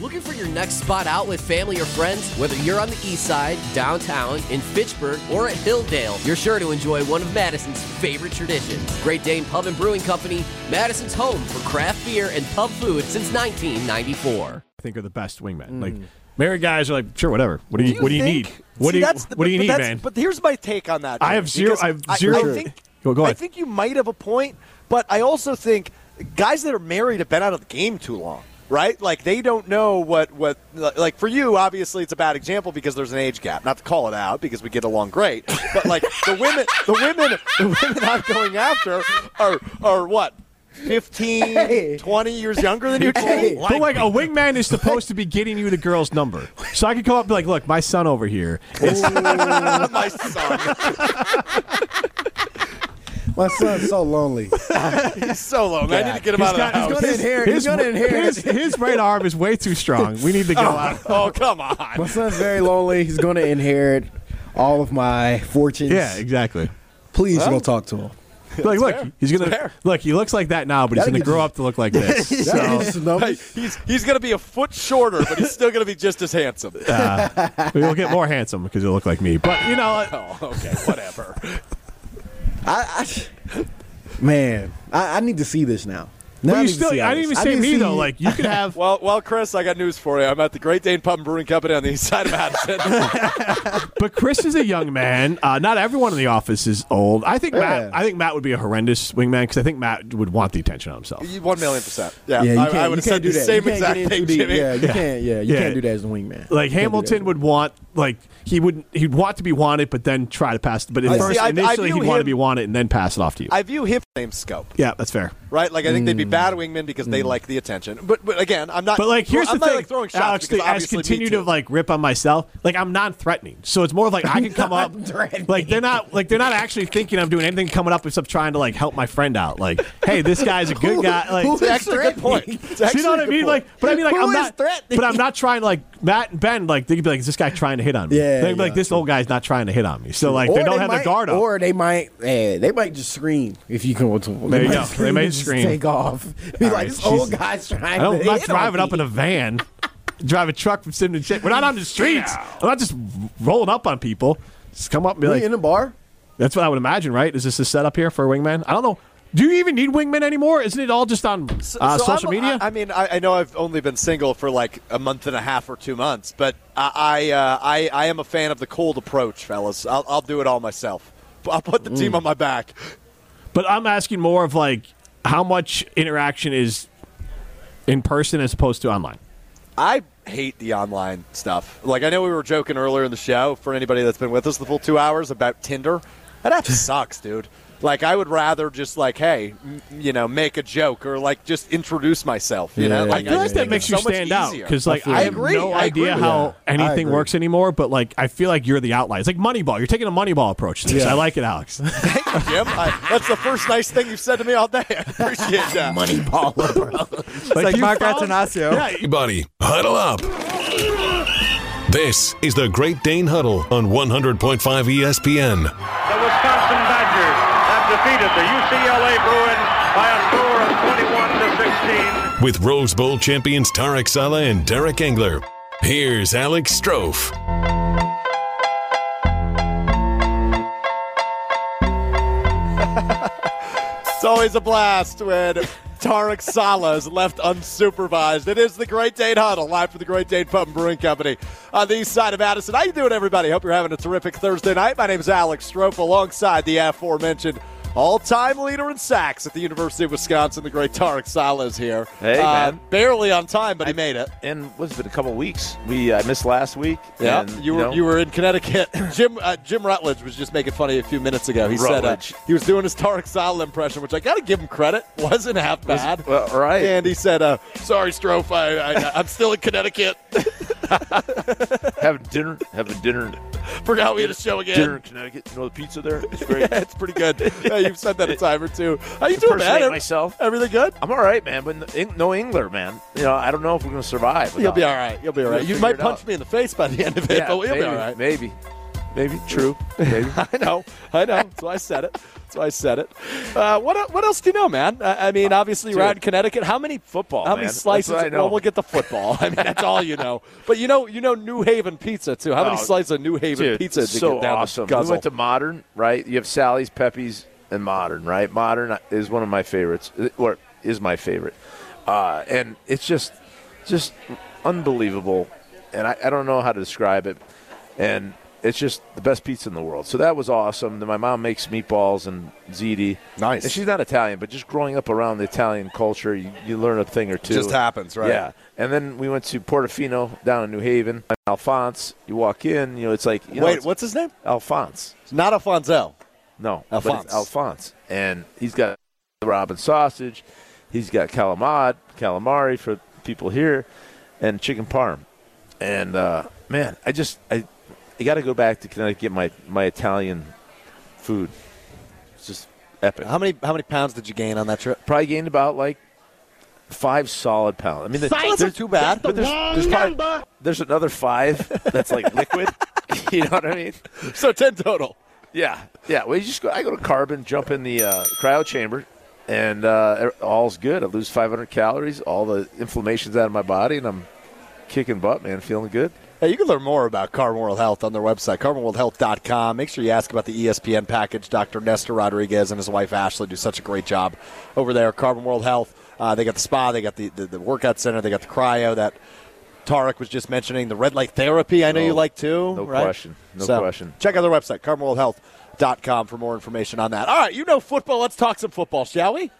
Looking for your next spot out with family or friends? Whether you're on the east side, downtown, in Fitchburg, or at Hilldale, you're sure to enjoy one of Madison's favorite traditions. Great Dane Pub and Brewing Company, Madison's home for craft beer and pub food since 1994. I think are the best wingmen. Like married guys are like, sure, whatever. What do you, what do you need? What do you that's the- what do you but need, that's- man? But here's my take on that. I Dave, have zero- because I have zero- I think, Go- go I ahead. think you might have a point, but I also think guys that are married have been out of the game too long. Right, like they don't know what what like for you. Obviously, it's a bad example because there's an age gap. Not to call it out because we get along great, but like the women, the women, the women I'm going after are are what 15, 20 years younger than you. Cole? But like a wingman is supposed to be getting you the girl's number, so I could come up and be like, look, my son over here. It's, my son. My son's so lonely. He's so low. man. I need to get him out of the house. he's gonna inherit- he's gonna inherit. His, his right arm is way too strong. We need to go out. oh come on. My son's very lonely. He's going to inherit all of my fortunes. Yeah, exactly. Please go talk to him. like, look, he's gonna look. He looks like that now, but That'll he's get gonna grow you- up to look like this. That'll get you some numbers. Hey, he's he's gonna be a foot shorter, but he's still gonna be just as handsome. he'll get more handsome because he'll look like me. But you know, like, oh, okay, whatever. I, I- man, I, I need to see this now. now but I you need to still. see I all didn't even this. say need to me see- though. Like you could have. Well, well, Chris, I got news for you. I'm at the Great Dane Pub and Brewing Company on the east side of Madison. But Chris is a young man. Uh, not everyone in the office is old. I think Yeah. Matt. I think Matt would be a horrendous wingman because I think Matt would want the attention on himself. One million percent. Yeah, yeah, you I, can't, I you would have can't said do the that. same you can't get exact in thing, too deep. Jimmy. Yeah, you can't. Yeah, you Yeah. can't do that as a wingman. Like You can't do Hamilton that. would want, like he would, he'd want to be wanted, but then try to pass. But at I see, first, I- I initially, view he'd want to him- be wanted and then pass it off to you. I view him same scope, yeah, that's fair. right? Like I think they'd be bad wingmen because they like the attention. But but again, I'm not. But like, here's I'm the not, thing, like, throwing shots Alex. because to- as obviously me continue to too. like rip on myself, like I'm non-threatening, so it's more of like I can come up, like they're not like they're not actually thinking I'm doing anything coming up except trying to like help my friend out. Like, hey, this guy's a good guy. Like, It's actually a good point. It's actually you know what a I good mean? point. Like, but I mean, like, Who I'm is not. threatening? But I'm not trying. Like Matt and Ben, like they could be like, is this guy trying to hit on me? Yeah, They'd be like yeah, this old guy's not trying to hit on me. So like, they Or don't have might, their guard up. Or they might, eh, they might just scream if you go to them. There you might go. They scream may and just scream. Take off. Be All like, right, this old Jesus. guy's trying. I don't, I'm to not hit on driving me." up in a van. Drive a truck from Simon to Ch- We're not on the streets. I'm not just rolling up on people. Just come up and be We like, in a bar. that's what I would imagine, right? Is this a setup here for a wingman? I don't know. Do you even need wingmen anymore? Isn't it all just on uh, so social I'm- media? I, I mean, I, I know I've only been single for like a month and a half or two months, but I I, uh, I, I am a fan of the cold approach, fellas. I'll, I'll do it all myself. I'll put the Mm. team on my back. but I'm asking more of like how much interaction is in person as opposed to online. I hate the online stuff. Like I know we were joking earlier in the show for anybody that's been with us the full two hours about Tinder. That app sucks, dude. Like I would rather just like, hey, m- you know, make a joke or like just introduce myself. You know, Yeah. like, I feel like just that think makes it's you so much stand out easier. because, like, feel I, you. have I agree. no I idea agree. how Yeah, I anything agree. works anymore. But like, I feel like you're the outlier. It's like Moneyball. You're taking a Moneyball approach. To this. Yeah. I like it, Alex. Thank you, Jim. I, that's the first nice thing you've said to me all day. I appreciate that. Money baller, bro. like, Mark Atanasio. Attanasio. Yeah, Hey, buddy, huddle up. This is the Great Dane Huddle on 100.5 ESPN. The Wisconsin Badgers have defeated the UCLA Bruins by a score of 21 to 16. With Rose Bowl champions Tarek Sala and Derek Engler. Here's Alex Strofe. It's always a blast when Tarek Sala is left unsupervised. It is the Great Dane Huddle, live from the Great Dane Pub and Brewing Company on the east side of Addison. How you doing, everybody? Hope you're having a terrific Thursday night. My name is Alex Strope, alongside the aforementioned all-time leader in sacks at the University of Wisconsin. The great Tarek Sala is here. Uh, Hey, man. barely on time, but he made it. And what's been a couple weeks? We I missed last week. Yeah, and, you were know, you were in Connecticut. Jim uh, Jim Rutledge was just making fun of you a few minutes ago. He Rutledge. said uh, he was doing his Tarek Sala impression, which I got to give him credit. Wasn't half bad. well, all right. And he said, uh, "Sorry, Strofe, I, I, I'm still in Connecticut. having dinner, having dinner, Forgot we had a show again. dinner in Connecticut. You know the pizza there. It's great. It's pretty good. Yeah, you've said that a time or two. How you doing, Impersonate man? myself. Everything good? I'm all right, man. But no, no Engler, man. You know, I don't know if we're gonna survive. You'll be without- all right. You'll be all right. We'll You figure might it punch out. me in the face by the end of it, Yeah, but we'll maybe, be all right. Maybe. maybe true. Maybe I know, I know. That's why I said it. That's why I said it. Uh, what el- what else do you know, man? Uh, I, I mean, obviously we're out in Connecticut. How many football? How many man. That's slices? what I know. Well, we'll get the football. I mean, that's all you know. But you know, you know New Haven pizza too. How many Oh, slices of New Haven Dude, pizza? did you so get down the awesome. We guzzle? went to Modern, right? You have Sally's, Pepe's, and Modern, right? Modern is one of my favorites, uh, or is my favorite, uh, and it's just, just unbelievable, and I, I don't know how to describe it, and it's just the best pizza in the world. So that was awesome. Then my mom makes meatballs and ziti. Nice. And she's not Italian, but just growing up around the Italian culture, you, you learn a thing or two. Just happens, right? Yeah. And then we went to Portofino down in New Haven. Alphonse, you walk in, you know, it's like you know, Wait, it's what's his name? Alphonse? Not Alfonso. No, but it's Alphonse. Alphonse, and he's got Robin sausage. He's got calamad, calamari for people here, and chicken parm. And uh, man, I just I, I got to go back to Connecticut get my my Italian food. It's just epic. How many how many pounds did you gain on that trip? Probably gained about like five solid pounds. I mean, the, Well, that's not too bad. but there's, there's, probably, there's another five that's like liquid. you know what I mean? so ten total. Yeah, yeah. Well, you just go. I go to Carbon, jump in the uh, cryo chamber, and uh, all's good. I lose 500 calories, all the inflammation's out of my body, and I'm kicking butt, man. Feeling good. Hey, you can learn more about Carbon World Health on their website, carbonworldhealth.com. Make sure you ask about the E ESPN package. Dr. Nestor Rodriguez and his wife Ashley do such a great job over there. Carbon World Health, uh, they got the spa, they got the, the, the workout center, they got the cryo that Tarek was just mentioning, the red light therapy I know No- you like too. no right? question. No So, question. Check out their website, carbonworldhealth.com for more information on that. All right, you know football. Let's talk some football, shall we?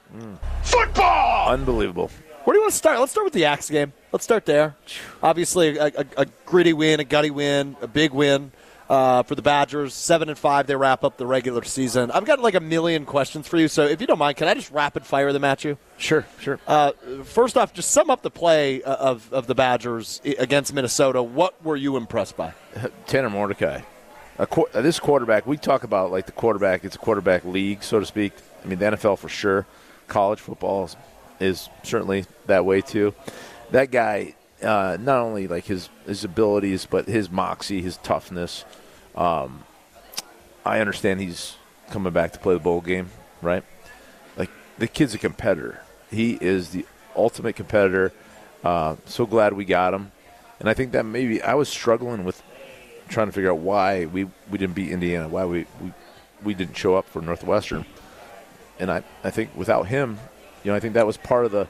Unbelievable. Where do you want to start? Let's start with the Axe game. Let's start there. Obviously, a, a, a gritty win, a gutty win, a big win uh, for the Badgers. Seven and five, they wrap up the regular season. I've got like a million questions for you, so if you don't mind, can I just rapid fire them at you? Sure, sure. Uh, first off, just sum up the play uh, of of the Badgers i- against Minnesota. What were you impressed by? Tanner Mordecai. A qu- uh, this quarterback, we talk about like the quarterback. It's a quarterback league, so to speak. I mean, the NFL for sure. College football is, is certainly that way too. That guy, uh, not only like his his abilities, but his moxie, his toughness. Um, I understand he's coming back to play the bowl game, right? Like the kid's a competitor. He is the ultimate competitor. Uh, so glad we got him, and I think that maybe I was struggling with trying to figure out why we, we didn't beat Indiana, why we, we, we didn't show up for Northwestern. And I, I think without him, you know, I think that was part of the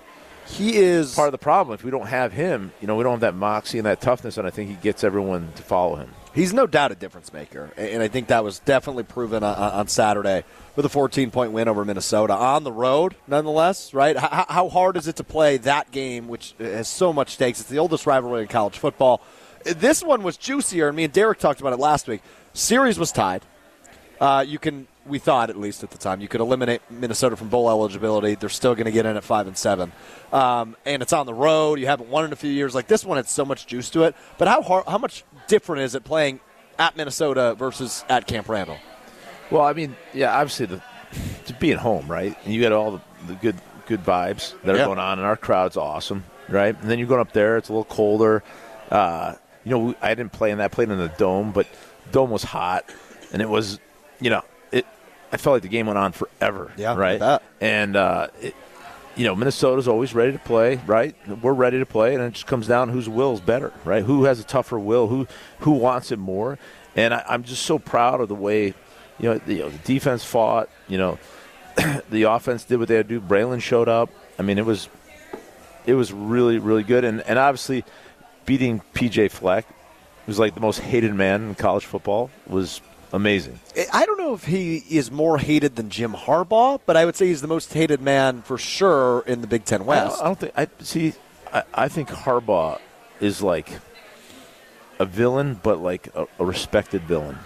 He is part of the problem. If we don't have him, you know, we don't have that moxie and that toughness, and I think he gets everyone to follow him. He's no doubt a difference maker, a- and I think that was definitely proven on, on Saturday with a 14 point win over Minnesota on the road, nonetheless. Right? How, how hard is it to play that game, which has so much stakes? It's the oldest rivalry in college football. This one was juicier, and me and Derek talked about it last week. Series was tied. Uh, you can, we thought at least at the time, you could eliminate Minnesota from bowl eligibility. They're still going to get in at five and seven, um, and it's on the road. You haven't won in a few years. Like this one, had so much juice to it. But how hard, how much different is it playing at Minnesota versus at Camp Randall? Well, I mean, yeah, obviously the to being home, right? And you got all the, the good good vibes that are Yeah. going on, and our crowd's awesome, right? And then you're going up there; it's a little colder. Uh, you know, we- I didn't play in that; I played in the dome, but dome was hot, and it was, you know, it. I felt like the game went on forever, Yeah, I right? bet. And uh, it, you know, Minnesota's always ready to play, right? We're ready to play, and it just comes down to whose will's better, right? Who has a tougher will? Who who wants it more? And I, I'm just so proud of the way, you know, the, you know, the defense fought. You know, the offense did what they had to do. Braylon showed up. I mean, it was it was really really good, and and obviously beating PJ Fleck, who's like the most hated man in college football, was amazing. I don't know if he is more hated than Jim Harbaugh, but I would say he's the most hated man for sure in the Big Ten I don't, I don't think I see. I, I think Harbaugh is like a villain, but like a, a respected villain.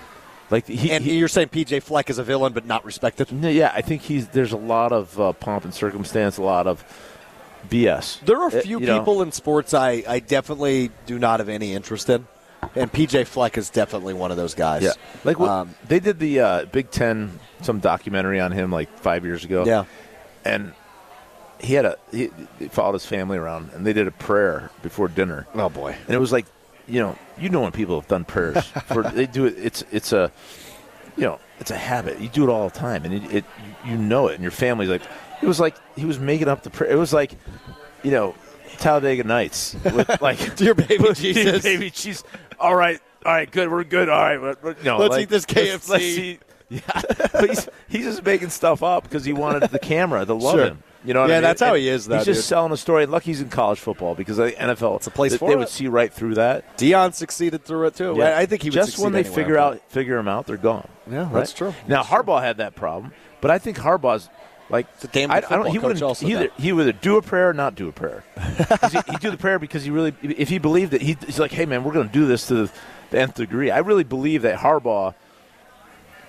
Like he, And he- you're saying PJ Fleck is a villain, but not respected. no, yeah, I think he's there's a lot of uh, pomp and circumstance, a lot of BS. There are Uh, a few you know, people in sports I, I definitely do not have any interest in, and PJ Fleck is definitely one of those guys. Yeah, like what, Um, they did the uh, Big Ten some documentary on him like five years ago. yeah, and he had a he, he followed his family around, and they did a prayer before dinner. Oh, boy. And it was like you know, you know when people have done prayers for they do it. It's it's a you know it's a habit. You do it all the time, and it, it you know it. And your family's like, it was like he was making up the prayer. It was like, you know, Talladega Nights, with like Dear baby Dear Jesus. baby Jesus. All right, all right, good. We're good. All right, but- but, you know, Let's like, eat this let's- let's KFC. eat- yeah, but he's, he's just making stuff up because he wanted the camera to love Sure. him. You know what I Yeah, mean? that's how And he is, though, He's just dude. selling a story. And Lucky's in college football because the NFL, it's a place they, for they it. would see right through that. Dion succeeded through it too. I, I think he would just succeed when they anywhere, figure but- out figure him out, they're gone. Yeah, that's true. Now Harbaugh had that problem, but I think Harbaugh's like The damn I, I good don't. He football coach wouldn't. also He either, did. he would either do a prayer or not do a prayer. 'Cause he, he'd do the prayer because he really, if he believed it, he, he's like, hey man, we're going to do this to the, the nth degree. I really believe that Harbaugh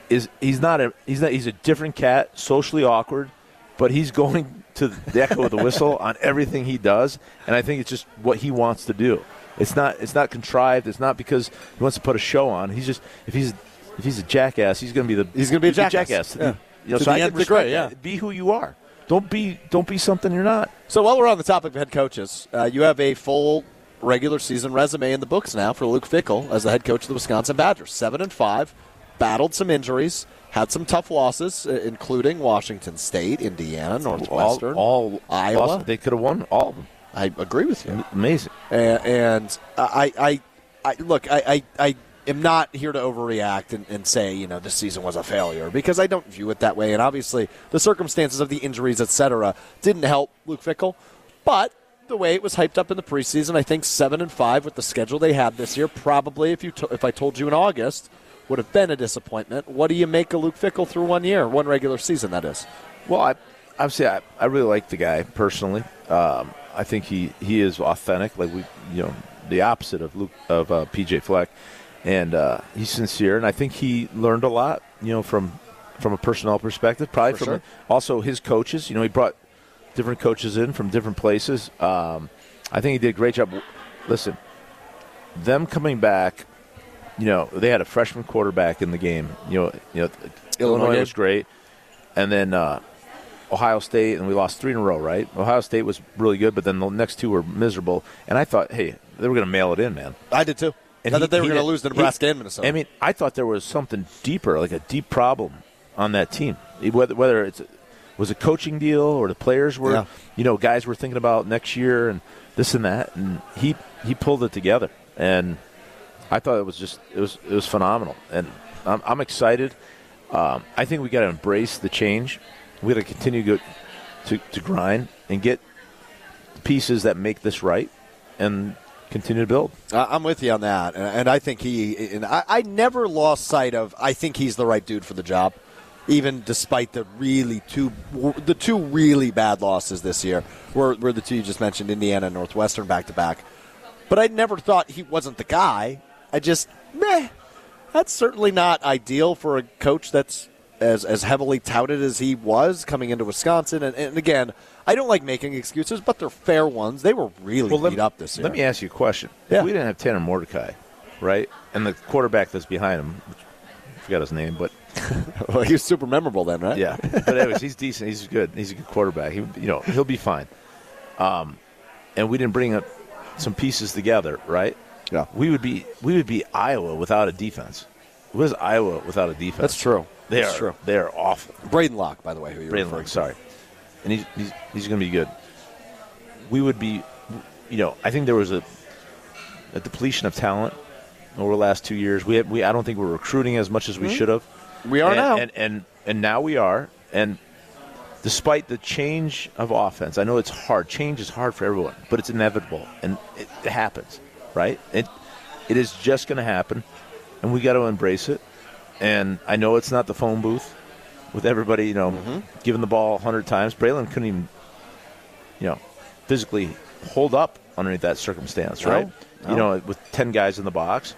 is he's not a he's not he's a different cat, socially awkward, but he's going to the echo of the whistle on everything he does, and I think it's just what he wants to do. It's not it's not contrived. It's not because he wants to put a show on. He's just if he's if he's a jackass, he's going to be the He's gonna be a jackass. Yeah. You know, To so the I can nth respect degree, yeah. that. Be who you are. Don't be don't be something you're not. So while we're on the topic of head coaches, uh, you have a full regular season resume in the books now for Luke Fickle as the head coach of the Wisconsin Badgers. Seven and five, battled some injuries, had some tough losses, uh, including Washington State, Indiana, Northwestern, all, all Iowa. Boston, they could have won all of them. I agree with you. Amazing. and, and I, I, I look, I, I, I am not here to overreact and, and say you know this season was a failure because I don't view it that way. And obviously, the circumstances of the injuries, etc., didn't help Luke Fickle, but. The way it was hyped up in the preseason, I think seven and five with the schedule they had this year. Probably, if you to- if I told you in August, would have been a disappointment. What do you make of Luke Fickle through one year, one regular season? That is. Well, I obviously I, I really like the guy personally. Um, I think he, he is authentic, like we you know the opposite of Luke of uh, PJ Fleck, and uh, he's sincere, and I think he learned a lot, you know, from from a personnel perspective, probably from sure. also his coaches. You know, he brought different coaches in from different places. Um, I think he did a great job. Listen, them coming back, you know, they had a freshman quarterback in the game. You know, you know, Illinois, game. was great, and then uh, Ohio State, and we lost three in a row. Right, Ohio State was really good, but then the next two were miserable. And I thought, hey, they were going to mail it in, man. I did too. And Not he- that they were he going to did- lose to he- Nebraska and Minnesota. I mean, I thought there was something deeper, like a deep problem on that team. Whether whether it's was a coaching deal or the players were, Yeah. you know, guys were thinking about next year and this and that, and he he pulled it together, and I thought it was just it was it was phenomenal, and I'm, I'm excited. Um, I think we got to embrace the change. We got to continue to, go- to to grind and get pieces that make this right, and continue to build. I- I'm with you on that, and, and I think he. And I, I never lost sight of. I think he's the right dude for the job, even despite the really two the two really bad losses this year. Were were the two you just mentioned, Indiana and Northwestern back to back. But I never thought he wasn't the guy. I just meh. That's certainly not ideal for a coach that's as as heavily touted as he was coming into Wisconsin. And, and again, I don't like making excuses, but they're fair ones. They were really beat up this year. Let me ask you a question. Yeah. If we didn't have Tanner Mordecai, right, and the quarterback that's behind him, which, I forgot his name, but Well, he was super memorable then, right? yeah. but anyways, he's decent. He's good. He's a good quarterback. He, you know, he'll be fine. Um, and we didn't bring up some pieces together, right? Yeah. We would be we would be Iowa without a defense. What is Iowa without a defense? That's true. They That's are true. they are awful. Braden Locke, by the way, who you're Braylon, referring Lake, to. sorry. And he's, he's, he's going to be good. We would be, you know, I think there was a, a depletion of talent over the last two years. We, had, we I don't think we're recruiting as much as we should have. Hmm? We are and, now. And, and, and now we are. And despite the change of offense, I know it's hard. Change is hard for everyone, but it's inevitable. And it, it happens, right? It, it is just going to happen. And we got to embrace it. And I know it's not the phone booth with everybody, you know, Mm-hmm. giving the ball 100 times. Braylon couldn't even, you know, physically hold up underneath that circumstance, right? You know, with 10 guys in the box.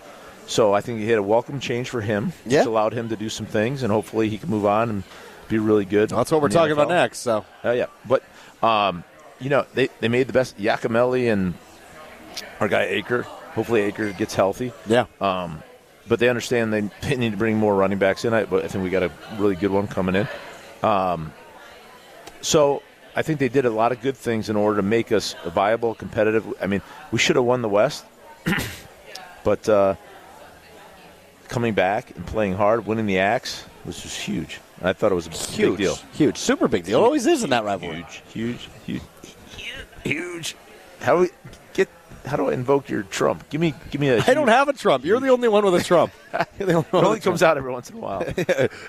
So I think he had a welcome change for him, Yeah. which allowed him to do some things, and hopefully he can move on and be really good. That's what we're in the talking about NFL. next. So Oh yeah, but um, you know they, they made the best Yakimelli and our guy Aker. Hopefully Aker gets healthy. yeah, Um, but they understand they, they need to bring more running backs in. I, but I think we got a really good one coming in. Um, so I think they did a lot of good things in order to make us viable, competitive. I mean, we should have won the West. But uh, coming back and playing hard, winning the axe was just huge. I thought it was a big Huge deal. Huge. Super big deal. It always is in that rivalry. Huge, huge, huge, huge. How do we get? How do I invoke your Trump? Give me, give me a. I don't have a Trump. You're the only one with a Trump. You're the only It one only with a Trump. comes out every once in a while.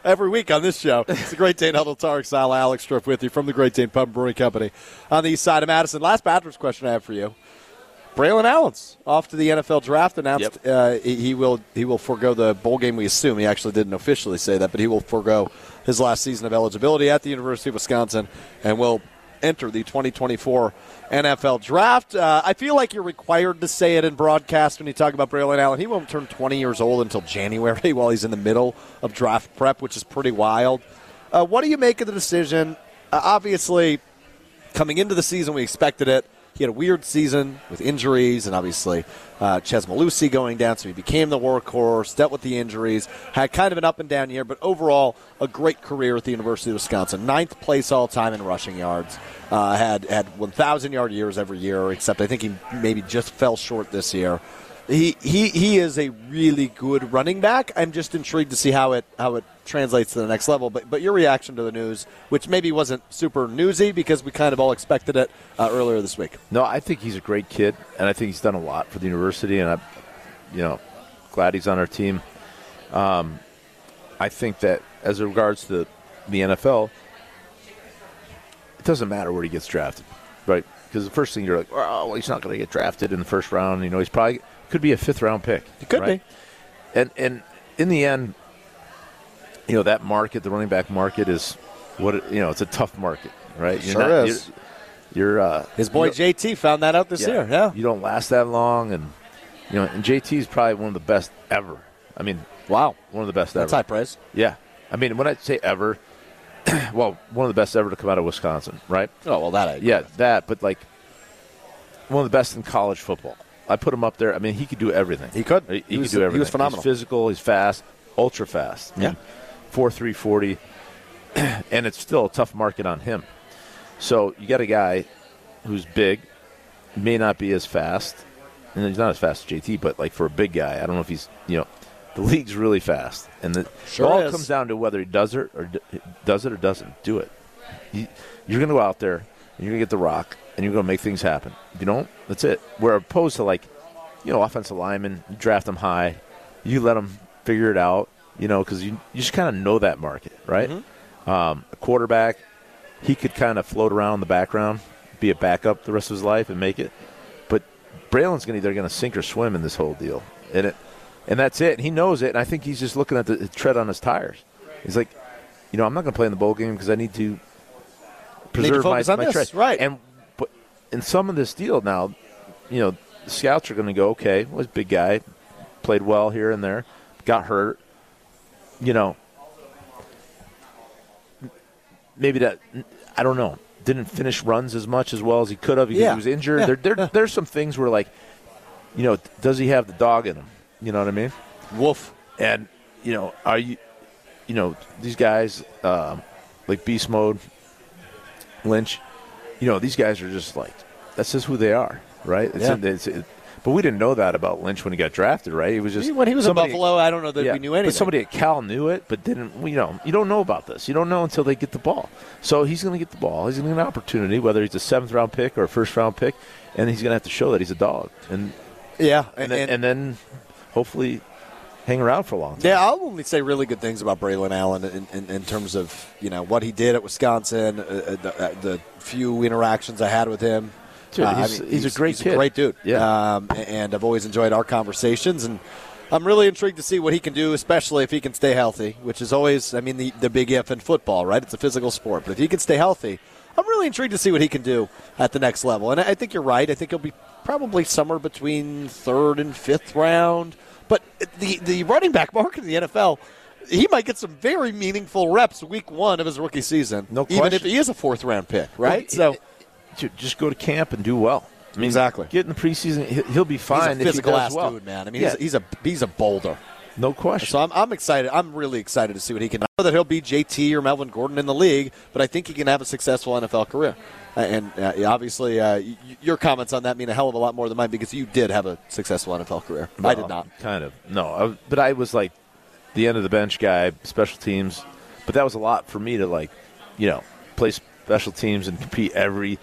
every week on this show. It's the Great Dane Huddle, Tarek Sala, Alex Striff with you from the Great Dane Pub and Brewing Company on the east side of Madison. Last Patrick's question I have for you. Braylon Allen's off to the NFL draft. Announced uh, he he will he will forego the bowl game. We assume he actually didn't officially say that, but he will forego his last season of eligibility at the University of Wisconsin and will enter the 2024 NFL draft. Uh, I feel like you're required to say it in broadcast when you talk about Braylon Allen. He won't turn 20 years old until January, while he's in the middle of draft prep, which is pretty wild. Uh, what do you make of the decision? Uh, obviously, coming into the season, we expected it. He had a weird season with injuries, and obviously uh, Ches Malusi going down, so he became the workhorse, dealt with the injuries, had kind of an up and down year, but overall a great career at the University of Wisconsin. Ninth place all time in rushing yards. Uh, had had 1,000 yard years every year, except I think he maybe just fell short this year. He, he he is a really good running back. I'm just intrigued to see how it how it translates to the next level. But but your reaction to the news, which maybe wasn't super newsy because we kind of all expected it uh, earlier this week. No, I think he's a great kid, and I think he's done a lot for the university, and I'm, you know, glad he's on our team. Um, I think that as regards to the NFL, it doesn't matter where he gets drafted, right? Because the first thing you're like, oh, well, he's not going to get drafted in the first round. You know, he's probably could be a fifth round pick. It could be, and and in the end, you know that market, the running back market is what it, you know. It's a tough market, right? You're Sure not- is. You're, you're uh, His boy you know- JT found that out this year. Yeah, you don't last that long, and you know, and JT is probably one of the best ever. I mean, wow, one of the best that's ever. high praise. Yeah, I mean, when I say ever, well, one of the best ever to come out of Wisconsin, right? Oh well, that I Yeah, that, but like one of the best in college football. I put him up there. I mean, he could do everything. He could. He, he He was- could do he was everything. phenomenal. He's physical. He's fast. Ultra fast. Yeah. Four three forty, and it's still a tough market on him. So you got a guy who's big, may not be as fast, and he's not as fast as JT, but like for a big guy, I don't know if he's you know, the league's really fast, and the, Sure it all is. comes down to whether he does it or d- does it or doesn't do it. You, you're going to go out there, and you're going to get the rock, and you're going to make things happen. If you don't, that's it. Where opposed to like, you know, offensive linemen, you draft them high, you let them figure it out, you know, because you you just kind of know that market, right? Mm-hmm. Um, a quarterback, he could kind of float around in the background, be a backup the rest of his life and make it. But Braylon's going to either going to sink or swim in this whole deal, and it, and that's it. And he knows it, and I think he's just looking at the tread on his tires. He's like, you know, I'm not going to play in the bowl game because I need to preserve focus my, on my this, tread. right. And but in some of this deal now, you know, the scouts are going to go, okay, was big guy, played well here and there, got hurt, you know, maybe that I don't know. Didn't finish runs as much as well as he could have because Yeah. he was injured. Yeah. There, there, there's some things where like, you know, does he have the dog in him? You know what I mean? Wolf. And you know, are you, you know, these guys um, like Beast Mode, Lynch, you know, these guys are just like that's just who they are, right? It's, Yeah. it's, it, but we didn't know that about Lynch when he got drafted, right? It was just When he was somebody- in Buffalo, I don't know that yeah, we knew anything. But somebody at Cal knew it, but didn't. You know, you don't know about this. You don't know until they get the ball. So he's going to get the ball. He's going to get an opportunity, whether he's a seventh round pick or a first round pick, and he's going to have to show that he's a dog, and yeah, and, then, and then hopefully hang around for a long time. Yeah, I'll only say really good things about Braylon Allen in, in, in terms of you know what he did at Wisconsin, uh, uh, the, uh, the few interactions I had with him. Dude, Uh, I he's- mean, he's a great he's kid. great dude. Yeah. um, and I've always enjoyed our conversations, and I'm really intrigued to see what he can do, especially if he can stay healthy, which is always, I mean, the, the big if in football, right? It's a physical sport, but if he can stay healthy, I'm really intrigued to see what he can do at the next level. And I, I think you're right. I think he'll be probably somewhere between third and fifth round. But the the running back market in the NFL, he might get some very meaningful reps week one of his rookie season. No even question. if he is a fourth round pick, right? Well, So Dude, just go to camp and do well. I mean, Exactly. Get in the preseason. he- He'll be fine. he's a physical if he does ass well. dude, man. I mean, Yeah. he's, he's a he's a boulder. No question. So I'm, I'm excited. I'm really excited to see what he can. I know that he'll be JT or Melvin Gordon in the league, but I think he can have a successful NFL career. Uh, And uh, yeah, obviously, uh, y- y- your comments on that mean a hell of a lot more than mine because you did have a successful NFL career. I did Well, not. Kind of. No, I, was- but I was like the end of the bench guy, special teams. But that was a lot for me to like, you know, play special teams and compete every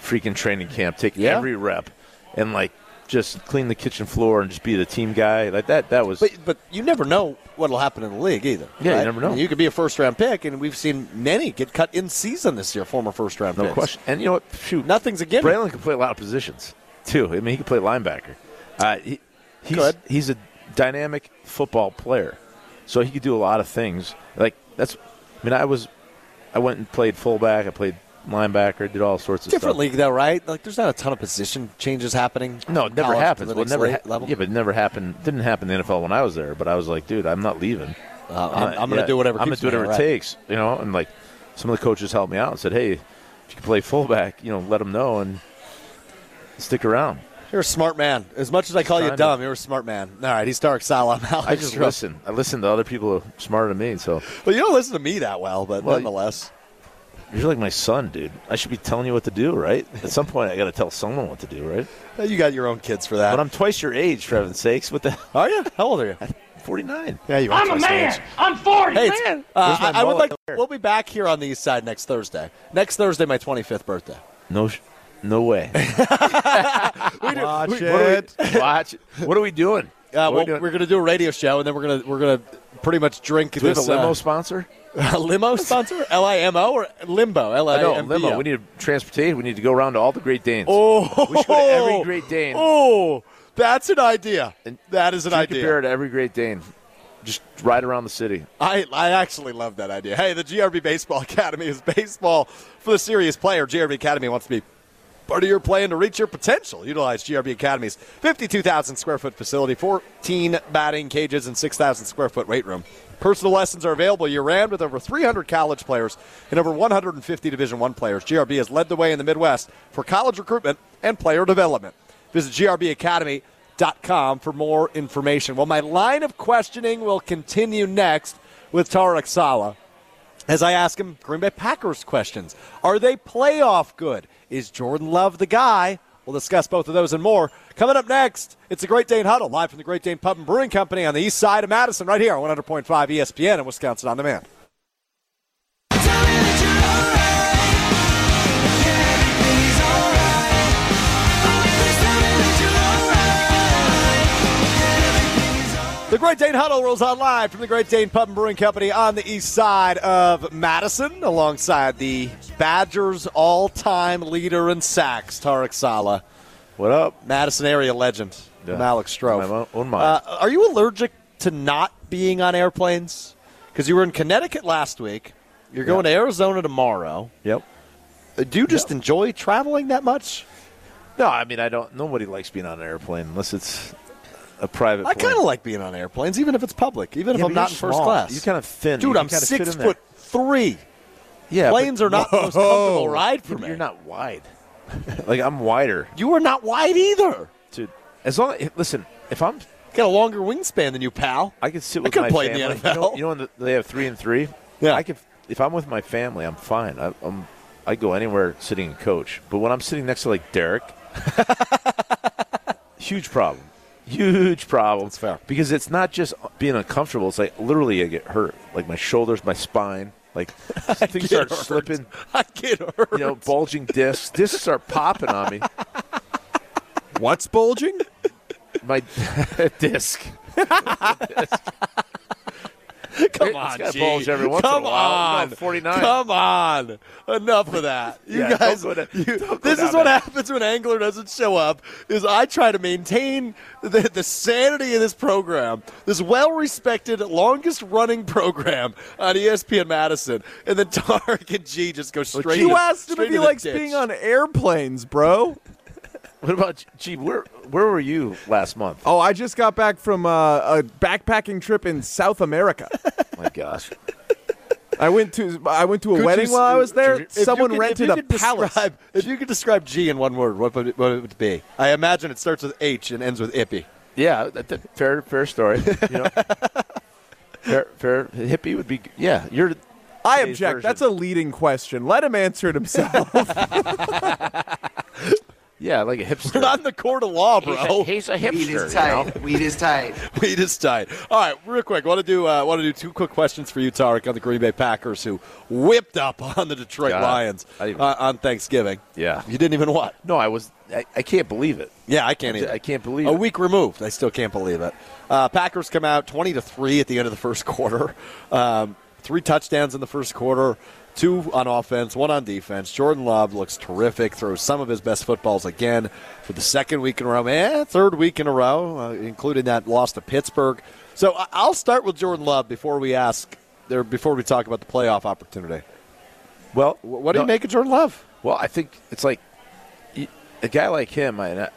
freaking training camp, take Yeah. every rep, and like just clean the kitchen floor and just be the team guy. Like that. That was. But but you never know what'll happen in the league either. Yeah, you right? never know. I mean, you could be a first round pick, and we've seen many get cut in season this year. Former first round. no question. And you know what? Shoot, Nothing's a given. Braylon can play a lot of positions too. I mean, he can play linebacker. Uh, he, he's Good. he's a dynamic football player, so he could do a lot of things. Like that's, I mean, I was, I went and played fullback. I played linebacker. Did all sorts of Different stuff. league though, right? Like there's not a ton of position changes happening. No, it never college to happens. the Well, it next never le- ha- level. Yeah, but it never happened. Didn't happen in the NFL when I was there. But I was like, dude, I'm not leaving. Uh, I'm, Uh, I'm going to yeah, do whatever. I'm keeps gonna do me, whatever right? it takes. You know, and like some of the coaches helped me out and said, hey, if you can play fullback, you know, let them know and stick around. You're a smart man. As much as I call you Kinda. dumb, you're a smart man. All right, he's Tarek Salam. Alex I just Stroh. listen. I listen to other people who are smarter than me. So Well, you don't listen to me that well, but Well, nonetheless. you're like my son, dude. I should be telling you what to do, right? At some point, I got to tell someone what to do, right? You got your own kids for that. But I'm twice your age, for heaven's sakes. What the? Are you? How old are you? 49. Yeah, you are. I'm a twice my age. man. I'm 40. Hey, it's- man. uh, Where's my I, I would mullet? like. We'll be back here on the East Side next Thursday. Next Thursday, my 25th birthday. Uh, No, sh- no way. Watch Watch. it. What are we doing? Uh, What are we well, doing? we're going to do a radio show, and then we're going to we're going to pretty much drink do we have a this limo sponsor? uh, limo sponsor, L I M O or Limbo, L I I know, uh, M B O. limo. We need transportation. We need to go around to all the Great Danes. Oh, We should go to every Great Dane. Oh, that's an idea. That is an Drink a idea. beer at every Great Dane. Just ride around the city. I, I actually love that idea. Hey, the GRB Baseball Academy is baseball for the serious player. GRB Academy wants to be part of your plan to reach your potential. Utilize GRB Academy's 52,000 square foot facility, 14 batting cages, and 6,000 square foot weight room. Personal lessons are available year round with over 300 college players and over 150 Division One players. GRB has led the way in the Midwest for college recruitment and player development. Visit grbacademy.com for more information. Well, my line of questioning will continue next with Tarek Sala as I ask him Green Bay Packers questions. Are they playoff good? Is Jordan Love the guy? We'll discuss both of those and more. Coming up next, it's the Great Dane Huddle, live from the Great Dane Pub and Brewing Company on the east side of Madison, right here on 100.5 ESPN and Wisconsin On Demand. The Great Dane Huddle rolls on live from the Great Dane Pub and Brewing Company on the east side of Madison, alongside the Badgers' all time leader in sacks, Tarek Sala. What up? Madison area legend, Yeah. Malik Stroh. In my mo- own mind. Uh, are you allergic to not being on airplanes? Because you were in Connecticut last week. You're going to Arizona tomorrow. Yep. Uh, Do you just enjoy traveling that much? No, I mean I don't. Nobody likes being on an airplane unless it's a private. I plane. kind of like being on airplanes, even if it's public, even Yeah, if but I'm not you're in first small. class. You're kind of thin. You Dude, can I'm kinda fit six in there. foot three. Yeah, but- Planes are not the most comfortable ride for But me. You're not wide. like I'm wider, You are not wide either. dude. As long listen, if I'm, Got a longer wingspan than you, pal. I can sit I with could my play in family. the You know, NFL. you know when they have three and three. Yeah. I could. If I'm with my family, I'm fine. I, I'm. I go anywhere sitting in coach. But when I'm sitting next to like Derek, huge problem. Huge problem. It's fair. because it's not just being uncomfortable. It's like literally I get hurt. Like my shoulders, my spine. Like things start hurt. slipping. I get hurt. You know, bulging discs. Discs start popping on me. What's bulging? my disc. Come It's on, gotta G. bulge every once in a Come while. on, No, 49. Come on, enough of that. You Yeah, don't guys, go down- you- don't go this down is what that- happens when angler doesn't show up. Is I try to maintain the, the sanity of this program, this well-respected, longest-running program on E ESPN Madison, and then Tarek and G just go straight. You to- asked him straight if he to the likes ditch. being on airplanes, bro. What about gee? Where where were you last month? Oh, I just got back from uh, a backpacking trip in South America. my gosh! I went to I went to a Could you wedding s- while I was there. if you Someone could- if rented you a could palace. describe- if you could describe G in one word, what would, it- what would it be? I imagine it starts with H and ends with ippy. Yeah, that, that- fair fair story. You know, Fair, fair hippie would be. Yeah, you're. I today's object. version. That's a leading question. Let him answer it himself. Yeah, like a hipster. We're not in the court of law, bro. he's a Weed hipster. is tight. Weed is tight. Weed is tight. All right, real quick, want to do uh, want to do two quick questions for you, Tarek, on the Green Bay Packers who whipped up on the Detroit God. Lions I even- uh, on Thanksgiving. Yeah. you didn't even what? No, I was. I, I can't believe it. Yeah, I can't. I- Either. I can't believe a it. week removed. I still can't believe it. Uh, Packers come out twenty to three at the end of the first quarter. Um, three touchdowns in the first quarter, two on offense, one on defense. Jordan Love looks terrific. Throws some of his best footballs again for the second week in a row, eh, third week in a row, uh, including that loss to Pittsburgh. So I- I'll start with Jordan Love before we ask there before we talk about the playoff opportunity. Well, Wh- What do you no- make of Jordan Love? Well, I think it's like y- a guy like him, I, I-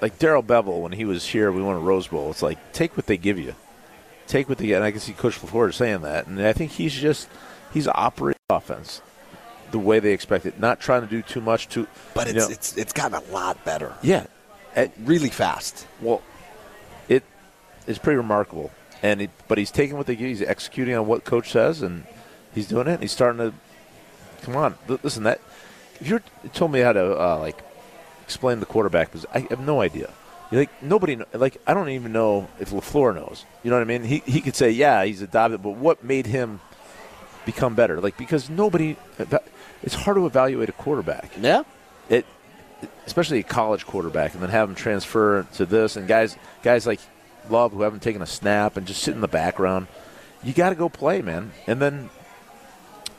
like Daryl Bevell when he was here. We won a Rose Bowl. It's like take what they give you, take what they get. And I can see Coach LaFleur saying that, and I think he's just he's operating offense the way they expect it, not trying to do too much. Too, But you it's know- it's it's gotten a lot better, yeah, At- really fast. well, it is pretty remarkable. And it, but he's taking what they give. He's executing on what coach says, and he's doing it. And he's starting to come on. L- listen, that if you're you told me how to uh, like explain the quarterback, because I have no idea. You're like nobody, kn- like I don't even know if Lafleur knows. You know what I mean? He he could say, yeah, he's adopted, but what made him become better? Like because nobody, eva- it's hard to evaluate a quarterback Yeah, it, especially a college quarterback, and then have him transfer to this, and guys, guys like Love who haven't taken a snap and just sit in the background. You got to go play, man. And then,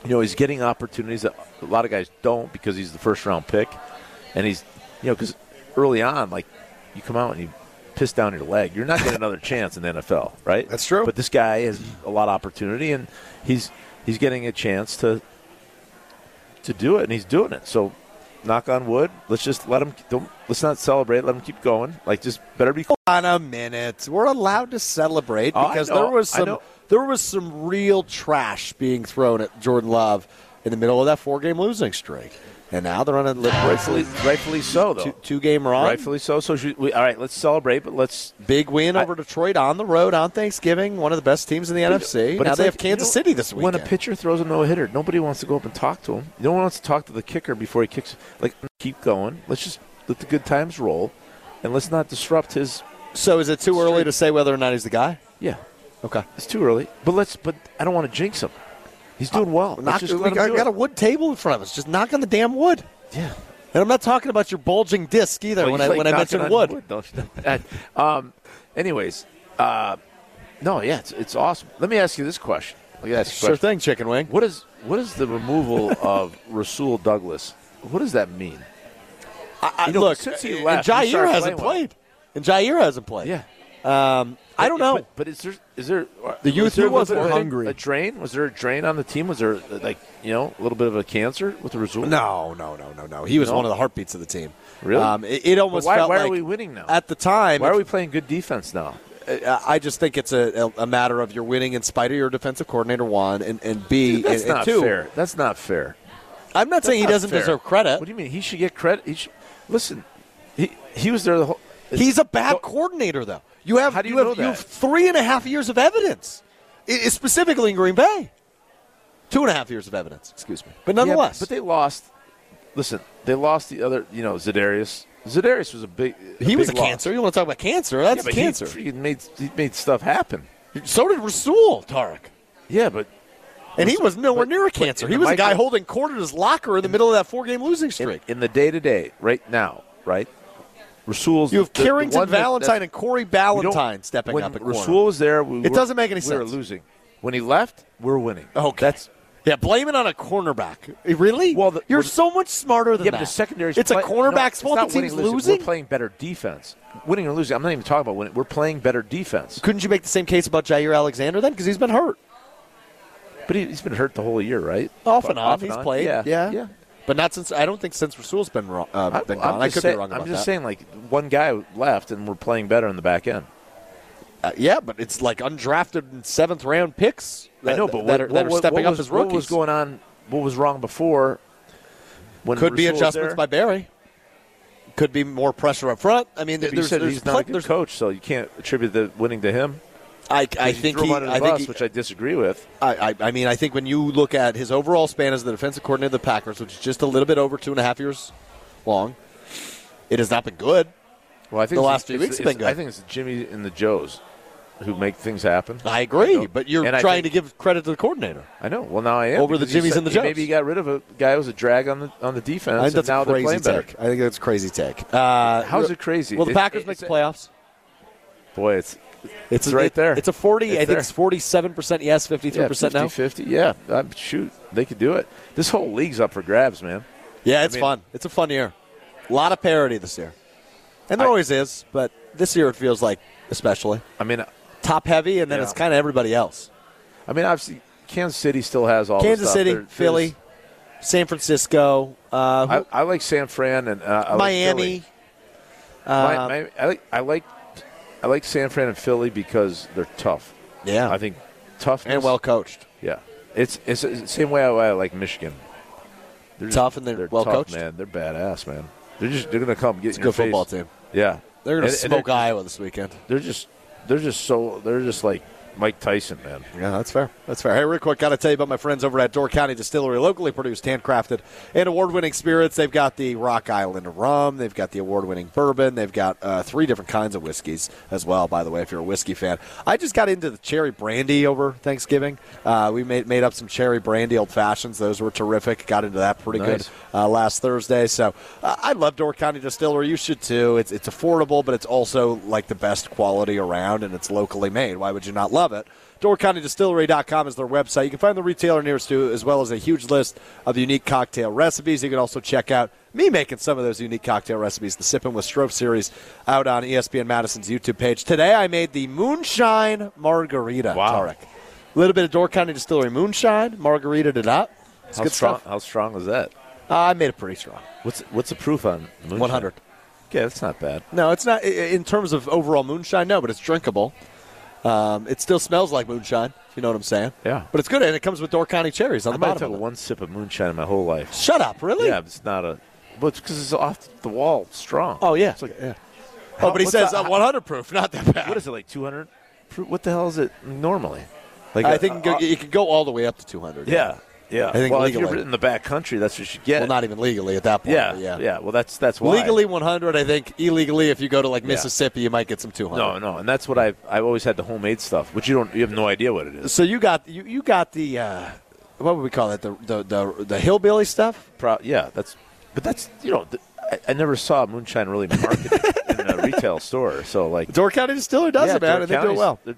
you know, he's getting opportunities that a lot of guys don't because he's the first round pick, and he's, you know, because early on, like, you come out and you piss down your leg, you're not getting another chance in the NFL, right? That's true. But this guy has a lot of opportunity, and he's he's getting a chance to to do it, and he's doing it. So, knock on wood. Let's just let him. Don't, let's not celebrate. Let him keep going. Like, just better be. on a minute. We're allowed to celebrate Oh, I because know, there was I some know. there was some real trash being thrown at Jordan Love in the middle of that four game losing streak, and now they're on a Rightfully, rightfully rightfully so, though. two, two game run. rightfully so. So, should we, all right, let's celebrate, but let's. Big win I- over Detroit on the road on Thanksgiving. One of the best teams in the NFC. But now it's they like, have Kansas you know, City this weekend. When a pitcher throws a no hitter, nobody wants to go up and talk to him. No one wants to talk to the kicker before he kicks. Like, keep going. Let's just let the good times roll, and let's not disrupt his. so is it too early to say whether or not he's the guy? Yeah, Okay. it's too early. But let's. But I don't want to jinx him. He's doing well. Let's Uh, Knock, just we let him got, do got it. a wood table in front of us. Just knock on the damn wood. yeah. And I'm not talking about your bulging disc either Well, when you I like when I knocking mentioned on wood. don't you? um, anyways, uh, no, yeah, it's, it's awesome. Let me ask you this question. Let me ask you a Sure question. thing, chicken wing. What is what is the removal of Rasul Douglas? What does that mean? I, You know, look, since he and left, he Jair started hasn't playing played. And Jair hasn't played. Um, I don't know. But, but is there is there The was youth there a who wasn't little bit of hungry. A drain? Was there a drain on the team? Was there uh, like you know a little bit of a cancer with the Rasul? No, no, no, no, no. He was No? one of the heartbeats of the team. Really? Um, it, it almost why- felt why are like we winning now? At the time, Why are we playing good defense now? I I just think it's a, a, a matter of you're winning in spite of your defensive coordinator one and, and B Dude, that's and, and not two. fair. That's not fair. I'm not saying he not doesn't fair. deserve credit. What do you mean? He should get credit. He should, listen, he he was there the whole. He's a bad Go- coordinator, though. You have How do you have, know you have that? three and a half years of evidence, I- I- specifically in Green Bay. Two and a half years of evidence. Excuse me, but Yeah, nonetheless, but, they lost. Listen, they lost the other. You know, Zedarius. Zedarius was a big. a he was a big loss. cancer. You want to talk about cancer? Yeah, That's but cancer. He, freaking made he made stuff happen. So did Rasul Tarek. Yeah, but And he was nowhere But- near a but cancer. in He the was a guy micro- holding court in his locker in the middle of that four game losing in, streak. in the day to day, right now, right. Rasul's. You have the- the Carrington one that- Valentine that's- and Corey we don't- Ballantyne stepping when up at Rasul corner. was there. We It were- doesn't make any We were sense. losing. When he left, we were winning. Okay. That's Yeah, blame it on a cornerback. Eh, Really? Well, the- you're we're- so much smarter than Yeah, that. but the secondary's It's play- a cornerback's no, fault. It's the not team's winning, listen, losing. We're playing better defense. Winning or losing, I'm not even talking about winning. We're playing better defense. Couldn't you make the same case about Jair Alexander then? Because he's been hurt But he, he's been hurt the whole year, right? off and on. Off and he's on. played. Yeah. yeah, Yeah. But not since I don't think since Rasul's been wrong, uh, I, been I'm gone. I just could say- be wrong about I'm just that. saying, like one guy left, and we're playing better in the back end. Uh, yeah, but it's like undrafted and seventh round picks. That, I know, that but what, are, that what- are stepping what up was, as rookies What was going on? What was wrong before? When Could be Rasul was adjustments there? by Barry. Could be more pressure up front. I mean, But you there's, said there's he's not a pl- good there's- coach, so you can't attribute the winning to him. I, I You think threw him he- under the I think bus, he- which I disagree with. I, I, I mean, I think when you look at his overall span as the defensive coordinator of the Packers, which is just a little bit over two and a half years long, it has not been good. Well, I think The it's- last few it's- weeks have it's- been good. I think it's Jimmy and the Joes who make things happen. I agree, know. but you're And I trying to think- give credit to the coordinator. I know. Well, now I am Over the because he Jimmys said- and the he Joes. Maybe he got rid of a guy who was a drag on the on the defense, I think and that's now a they're crazy playing better. take. I think that's a crazy take. Uh, How's it crazy? Well, the It- Packers it- make the it's- playoff. Boy, it's It's, right it- there. It's a forty. It's I think there. it's forty-seven percent yes, fifty-three yeah, percent 50, no. 50. Yeah, I'm, shoot, they could do it. This whole league's up for grabs, man. Yeah, it's I mean- fun. It's a fun year. A lot of parity this year, and there I- always is, but this year it feels like especially I mean, top heavy, and then Yeah. it's kind of everybody else. I mean, obviously, Kansas City still has all. the Kansas stuff. City, They're- they're Philly, just- San Francisco, uh, who- I, I like San Fran and uh, I like Philly. Miami. My- Um, my- I like I like I like San Fran and Philly because they're tough. Yeah. I think tough and well coached. Yeah, it's it's the same way I, I like Michigan. They're Tough and they're well tough, coached. Man, they're badass, man. They're just they're gonna come get It's a in your good football face. team. Yeah, They're going And- to and smoke they're, Iowa this weekend. they're just they're just so they're just like Mike Tyson, man. Yeah, that's fair. That's fair. Hey, real quick, got to tell you about my friends over at Door County Distillery, locally produced, handcrafted, and award-winning spirits. They've got the Rock Island rum. They've got the award-winning bourbon. They've got uh, three different kinds of whiskeys as well. By the way, if you're a whiskey fan, I just got into the cherry brandy over Thanksgiving. Uh, we made made up some cherry brandy old fashions. Those were terrific. Got into that pretty Nice. good uh, last Thursday. So uh, I love Door County Distillery. You should too. It's it's affordable, but it's also like the best quality around, and it's locally made. Why would you not love it? DoorCountyDistillery.com is their website. You can find the retailer nearest to it, as well as a huge list of unique cocktail recipes. You can also check out me making some of those unique cocktail recipes, the Sippin' with Strope series, out on E ESPN Madison's YouTube page. Today I made the Moonshine Margarita, Wow. Tarek. A little bit of Door County Distillery Moonshine. Margarita did not. It's how good strong stuff. how strong is that? Uh, I made it pretty strong. What's what's the proof on moonshine? 100. Yeah, that's not bad. No, it's not i- in terms of overall moonshine. No, but it's drinkable. Um, it still smells like moonshine. If you know what I'm saying? Yeah. But it's good, and it comes with Door County cherries on I the might have bottom. took Of it. one sip of moonshine in my whole life. Shut up! Really? Yeah, but it's not a. But it's because it's off the wall strong. Oh yeah. It's like, yeah. how- oh, but he what's says the- uh, 100 proof. Not that bad. what is it like 200? What the hell is it normally? Like I a- think it can go- it could go all the way up to 200. Uh, Yeah, yeah. I think well, if legally. you're in the back country, that's what you get. Well, not even legally at that point. yeah, but yeah, yeah. Well, that's that's why Legally 100, I think. Illegally, if you go to like Mississippi, you might get some 200. No, no, and that's what I've I've always had the homemade stuff, which you don't you have no idea what it is. So you got you, you got the uh, what would we call that? The the the, the hillbilly stuff. Pro- yeah, that's but that's you know th- I, I never saw moonshine really marketed in a retail store. So like Door County Distillery does yeah, it, man, Door and they do it County's- well. They're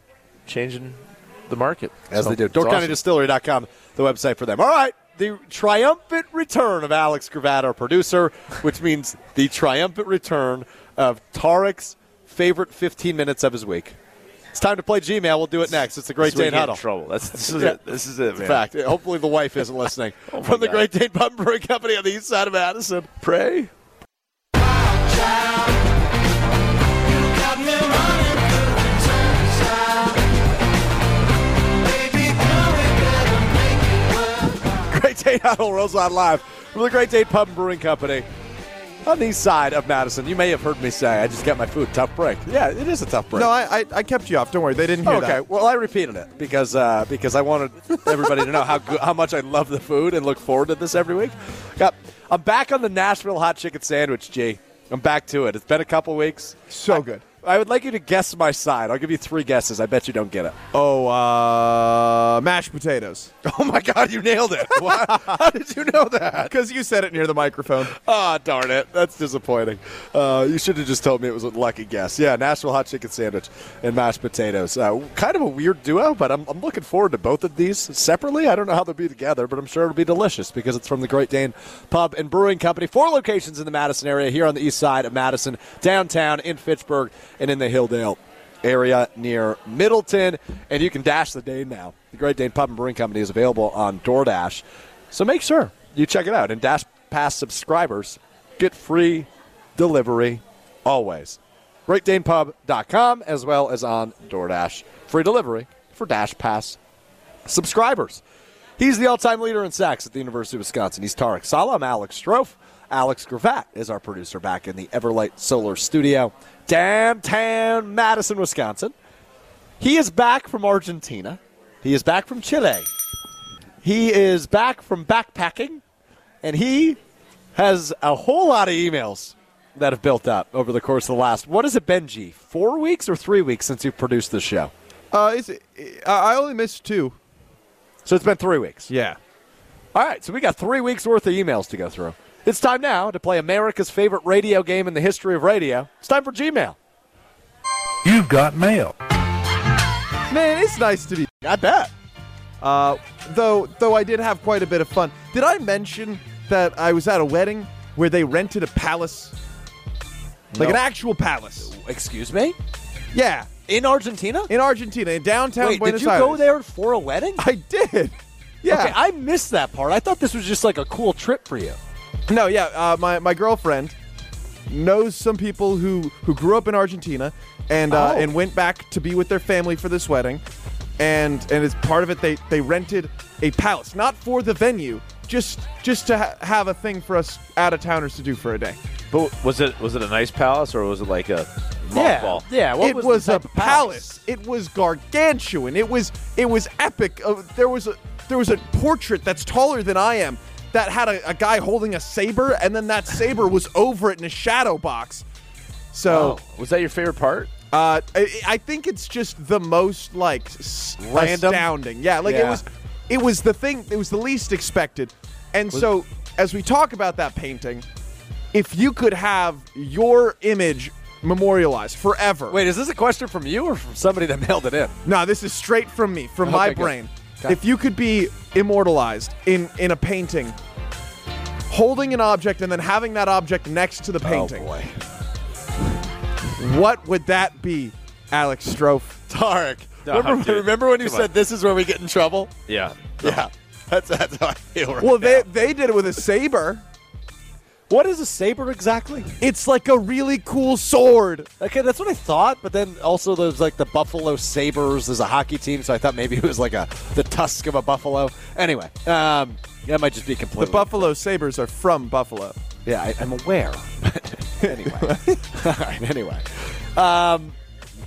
changing the market As So, they do. it's awesome. DoorCountyDistillery.com, the website for them. All right. The triumphant return of Alex Gravatt, our producer, which means the triumphant return of Tarek's favorite 15 minutes of his week. It's time to play Gmail. We'll do it next. It's the Great That's when you Dane get in Huddle. Trouble. That's this is Yeah. it. This is it, man. Oh, Fact. Hopefully, the wife isn't listening. From the God. Great Dane Pub Brewing Company on the east side of Madison. Pray. Great Dane Huddle rolls on live from the Great Dane Pub and Brewing Company on the east side of Madison. You may have heard me say, I just got my food. Tough break. Yeah, it is a tough break. No, I, I I kept you off. Don't worry, they didn't hear okay. that. Well, I repeated it because uh, because I wanted everybody to know how good, how much I love the food and look forward to this every week. Yep. I'm back on the Nashville hot chicken sandwich, G. I'm back to it. It's been a couple weeks. So good. I would like you to guess my side. I'll give you three guesses. I bet you don't get it. Oh, uh, mashed potatoes. Oh my God, you nailed it! Wow. How did you know that? Because you said it near the microphone. Oh, darn it. That's disappointing. Uh, you should have just told me it was a lucky guess. Yeah, Nashville hot chicken sandwich and mashed potatoes. Uh, kind of a weird duo, but I'm, I'm looking forward to both of these separately. I don't know how they'll be together, but I'm sure it'll be delicious because it's from the Great Dane Pub and Brewing Company. Four locations in the Madison area here on the east side of Madison, downtown, in Fitchburg, and in the Hilldale area near Middleton. And you can dash the Dane now. The Great Dane Pub and Brewing Company is available on DoorDash. So make sure you check it out. And Dash Pass subscribers get free delivery always. GreatDanePub.com as well as on DoorDash. Free delivery for Dash Pass subscribers. He's the all-time leader in sacks at the University of Wisconsin. He's Tarek Salam, Alex Strofe. Alex Gravatt is our producer back in the Everlight Solar Studio, downtown Madison, Wisconsin. He is back from Argentina. He is back from Chile. He is back from backpacking. And he has a whole lot of emails that have built up over the course of the last, what has it been, G? Four weeks or three weeks since you've produced this show? Uh, is it, I I only missed two. So it's been three weeks. Yeah. All right, so we got three weeks worth of emails to go through. It's time now to play America's favorite radio game in the history of radio. It's time for Gmail. You've got mail. Man, it's nice to be. I bet. Uh, though, though I did have quite a bit of fun. Did I mention that I was at a wedding where they rented a palace, like an actual palace? Excuse me? Yeah, In Argentina? in Argentina, in downtown Wait, Buenos did you Aires. go there for a wedding? I did. Yeah. Okay, I missed that part. I thought this was just like a cool trip for you. No, yeah, uh, my, my girlfriend knows some people who, who grew up in Argentina and uh, Oh. and went back to be with their family for this wedding, and and as part of it, they, they rented a palace, not for the venue, just just to ha- have a thing for us out of towners to do for a day. But was it was it a nice palace or was it like a mothball? Yeah, what it was, was, the a type of palace? palace. It was gargantuan. It was it was epic. Uh, there was a there was a portrait that's taller than I am that had a, a guy holding a saber, and then that saber was over it in a shadow box. Oh. So Oh, Was that your favorite part? uh, I, I think it's just the most like s- Random? astounding. Yeah, like it Yeah. was it was the thing. It was the least expected. And so as we talk about that painting, if you could have your image memorialized forever. Wait, is this a question from you or from somebody that mailed it in? No, this is straight from me, from my good. brain. Okay. If you could be immortalized in in a painting, holding an object and then having that object next to the painting, Oh boy, what would that be, Alex Strofe? Tarek. No, remember, dude, remember when you come on. said this is where we get in trouble? Yeah. Yeah, that's that's how I feel. Right now. Well, they they did it with a saber. what is a saber exactly? It's like a really cool sword. Okay, that's what I thought, but then also there's like the Buffalo Sabers as a hockey team, so I thought maybe it was like a the tusk of a buffalo. Anyway, um, that might just be The completely. Buffalo Sabers are from Buffalo. Yeah, I, I'm aware. But anyway, all right. Anyway, um,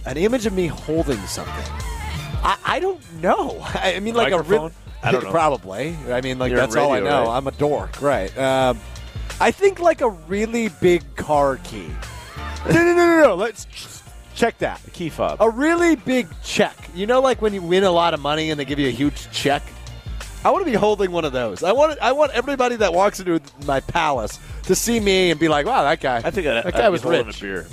an image of me holding something. I, I don't know. I, I mean, like a Microphone? rib- I don't know. Probably. I mean, like You're in that's all I radio, know. right? I'm a dork, right? Um, I think like a really big car key. No, no, no, no, no. Let's ch- check that. The key fob. A really big check. You know, like when you win a lot of money and they give you a huge check. I want to be holding one of those. I want I want everybody that walks into my palace to see me and be like, "Wow, that guy! I think I, that I guy was holding rich." a beer,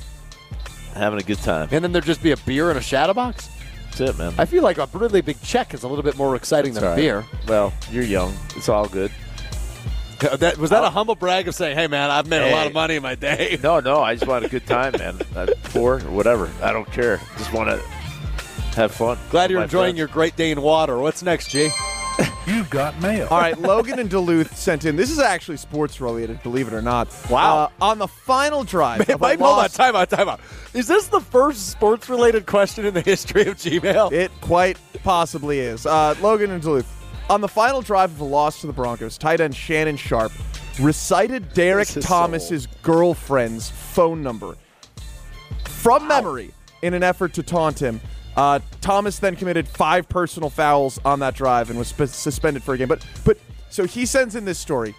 having a good time. And then there'd just be a beer and a shadow box. That's it, man. I feel like a really big check is a little bit more exciting It's than all a right. beer. Well, you're young. It's all good. That, was that a humble brag of saying, "Hey, man, I've made Hey. a lot of money in my day"? No, no. I just want a good time, man. Uh, Poor or whatever. I don't care. Just want to have fun. Glad you're My enjoying friends. your Great Dane water. What's next, G? You've got mail. All right, Logan and Duluth sent in. This is actually sports related, believe it or not. Wow. Uh, on the final drive, of a Mike, hold on, loss- time out, time out. Is this the first sports-related question in the history of Gmail? It quite possibly is. Uh, Logan and Duluth. On the final drive of a loss to the Broncos, tight end Shannon Sharp recited Derek This is so Thomas's girlfriend's phone number from memory in an effort to taunt him. Uh, Thomas then committed five personal fouls on that drive and was sp- suspended for a game. But but so he sends in this story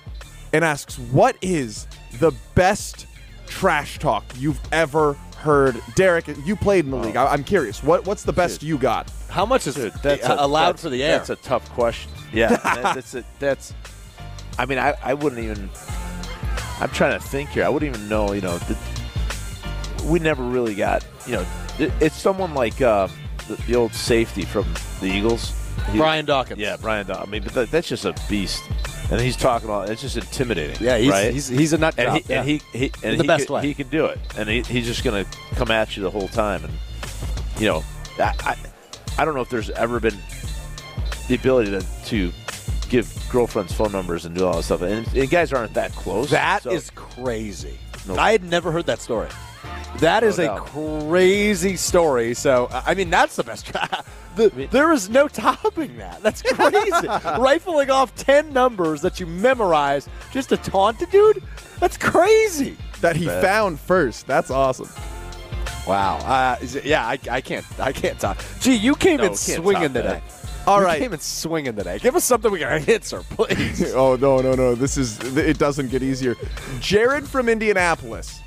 and asks, "What is the best trash talk you've ever heard?" Derek, you played in the league. I- I'm curious. What what's the best you got? How much is Dude, that's that's a, allowed that's- for the air? That's a tough question. Yeah, that- that's a, that's. I mean, I, I wouldn't even. I'm trying to think here. I wouldn't even know. You know, the, we never really got. You know, it, it's someone like uh, the, the old safety from the Eagles, He- Brian Dawkins. Yeah, Brian Dawkins. I mean, but that, that's just a beast, and he's talking about it's just intimidating. Yeah, he's, right? he's, he's a nut and job. he, and he, he and the he best could- way. he can do it, and he, he's just gonna come at you the whole time, and you know, I, I, I don't know if there's ever been the ability to, to give girlfriends phone numbers and do all that stuff, and, and guys aren't that close. That so- is crazy. No. I had never heard that story. That is a doubt. crazy story. So I I mean, that's the best. the, there is no topping that. That's crazy. Rifling off ten numbers that you memorize just to taunt a dude. That's crazy. that he found first. That's awesome. Wow. Uh, is it- yeah, I, I can't. I can't top. Gee, you came No, in can't top swinging that. today. All All right, right. you came in swinging today. Give us something we can answer, please. oh no no no! This is it. Doesn't get easier. Jared from Indianapolis.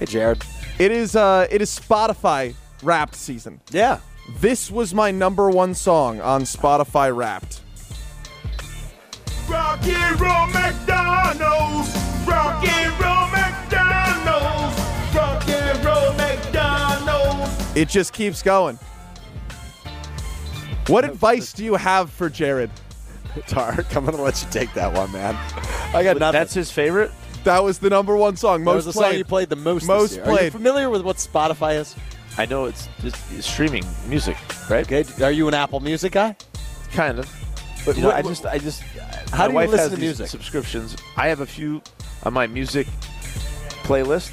Hey, Jared. It is uh it is Spotify Wrapped season. Yeah. This was my number one song on Spotify Wrapped. Rocky Roll McDonald's. Rocky Roll McDonald's. Rocky Roll McDonald's. It just keeps going. What advice do you have for Jared? Tark, I'm gonna let you take that one, man. I got nothing. That's his favorite. That was the number one song, that was most the played. song you played the most. this Most year. Are you played. familiar with what Spotify is? I know it's, it's, it's streaming music, right? Okay. Are you an Apple Music guy? Kind of. But what- I just, I just. How my do you wife listen has to these music? Subscriptions. I have a few on my music playlist,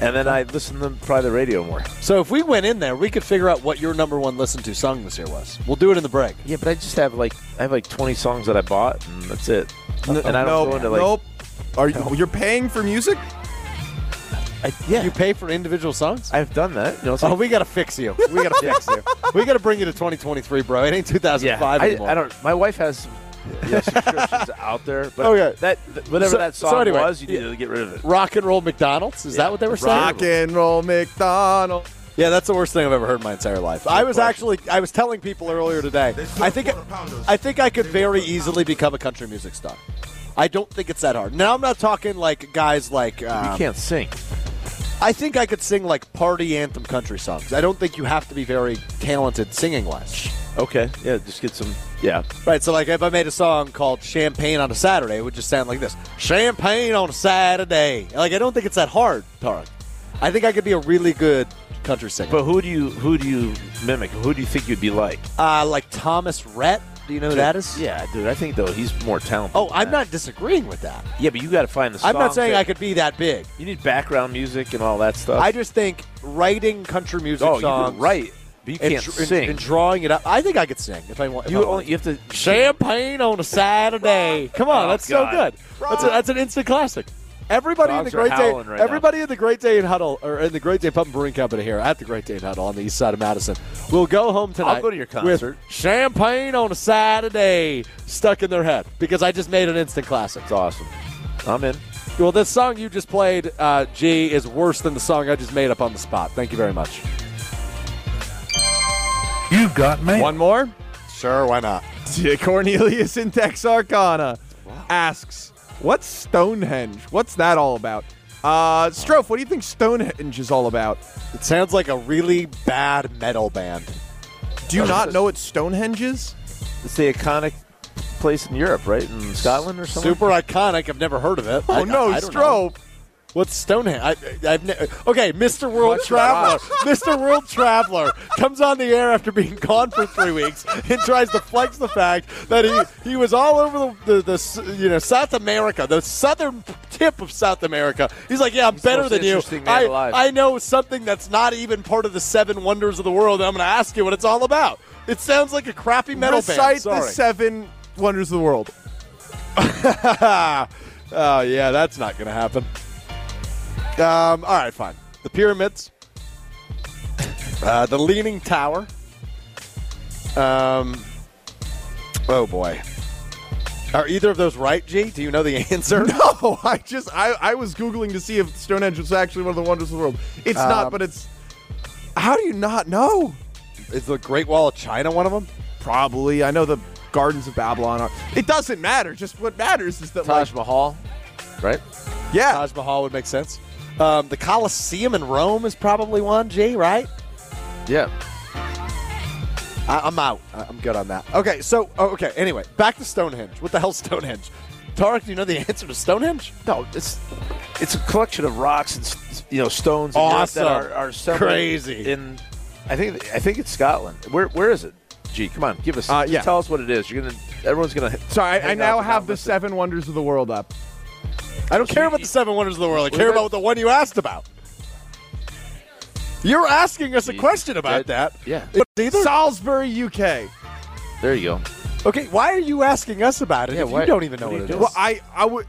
and then I listen to probably the radio more. So if we went in there, we could figure out what your number one listen to song this year was. We'll do it in the break. Yeah, but I just have like I have like 20 songs that I bought, and that's it. and I don't nope, go into like nope. Are you, you're paying for music? I, yeah, You pay for individual songs? I've done that. You know, it's Oh, like- we gotta fix you. We gotta fix you. We gotta bring you to 2023, bro. It ain't 2005 I, anymore. I don't. My wife has yeah, subscriptions out there, but Okay. that th- whatever So- that so song anyway, was, you need to get rid of it. Rock and roll McDonald's? Is that what they were saying? Rock and roll McDonald. Yeah, that's the worst thing I've ever heard in my entire life. I was actually I was telling people earlier today. I think I think I could very easily become a country music star. I don't think it's that hard. Now I'm not talking like guys like you um, can't sing. I think I could sing like party anthem country songs. I don't think you have to be very talented singing wise. Okay, yeah, just get some. Yeah, Right, so like if I made a song called Champagne on a Saturday, it would just sound like this. Champagne on a Saturday. Like I don't think it's that hard, Tarek. I think I could be a really good country singer. but who do you who do you mimic? Who do you think you'd be like? uh, like Thomas Rhett, do you know who that is? Yeah, dude, I think though he's more talented. Oh, than I'm that. not disagreeing with that. Yeah, but you got to find the. I'm not songs saying that- I could be that big. You need background music and all that stuff. I just think writing country music oh, you songs can write, but you and, can't dr- and- sing. and Oh. drawing it up. I think I could sing if I want. if I you wanted only to. you have to. Champagne on a Saturday. Come on, Oh, that's God. so good. That's, a, that's an instant classic. Everybody in the Dogs are great day, howling right now. everybody in the Great Day and Huddle, or in the Great Day Pub and Brewing Company here at the Great Day and Huddle on the east side of Madison, will go home tonight. go to your concert. With champagne on a Saturday stuck in their head because I just made an instant classic. It's awesome. I'm in. Well, this song you just played, uh, G, is worse than the song I just made up on the spot. Thank you very much. You got mail. One more. Sure, why not? Cornelius in Texarkana asks, "What's Stonehenge? What's that all about?" Uh, Strofe, what do you think Stonehenge is all about? It sounds like a really bad metal band. Do you not know what Stonehenge is? It's the iconic place in Europe, right? In Scotland or something. Super iconic. I've never heard of it. Oh no, I don't know. Strofe. What's Stonehenge? I, I've ne- okay, Mr. World Traveler. Mr. World Traveler comes on the air after being gone for three weeks and tries to flex the fact that he, he was all over the, the, the s- you know South America, the southern tip of South America. He's like, yeah, I'm better most than you. interesting man I, alive." I know something that's not even part of the seven wonders of the world. And I'm going to ask you what it's all about. It sounds like a crappy metal Recite band. the Sorry. seven wonders of the world. Oh yeah, that's not going to happen. Um, all right, fine. The pyramids, uh, the Leaning Tower. Um, oh boy, are either of those right? G, do you know the answer? No, I just I, I was googling to see if Stonehenge was actually one of the wonders of the world. It's not, but it's. How do you not know? Is the Great Wall of China one of them? Probably, I know the Gardens of Babylon. Are, it doesn't matter. Just what matters is that Taj like, Mahal, right? yeah, Taj Mahal would make sense. Um, the Colosseum in Rome is probably one. G, right? Yeah. I, I'm out. I- I'm good on that. Okay, so oh, okay. Anyway, back to Stonehenge. What the hell's Stonehenge? Tarek, do you know the answer to Stonehenge? No, it's it's a collection of rocks and s- you know stones. in Europe Awesome. That are, are separate Crazy. In I think I think it's Scotland. Where where is it? Gee, come on, give us. Uh, yeah. Tell us what it is. You're gonna. Everyone's gonna. Sorry, I, I hang now up and have not the listen. seven wonders of the world up. I don't care about the seven wonders of the world. I care about- about what the one you asked about. You're asking us a question about that- that. yeah. It's either- Salisbury, UK. There you go. okay, why are you asking us about it if why- you don't even know what what, are it you is? doing? Well, I I would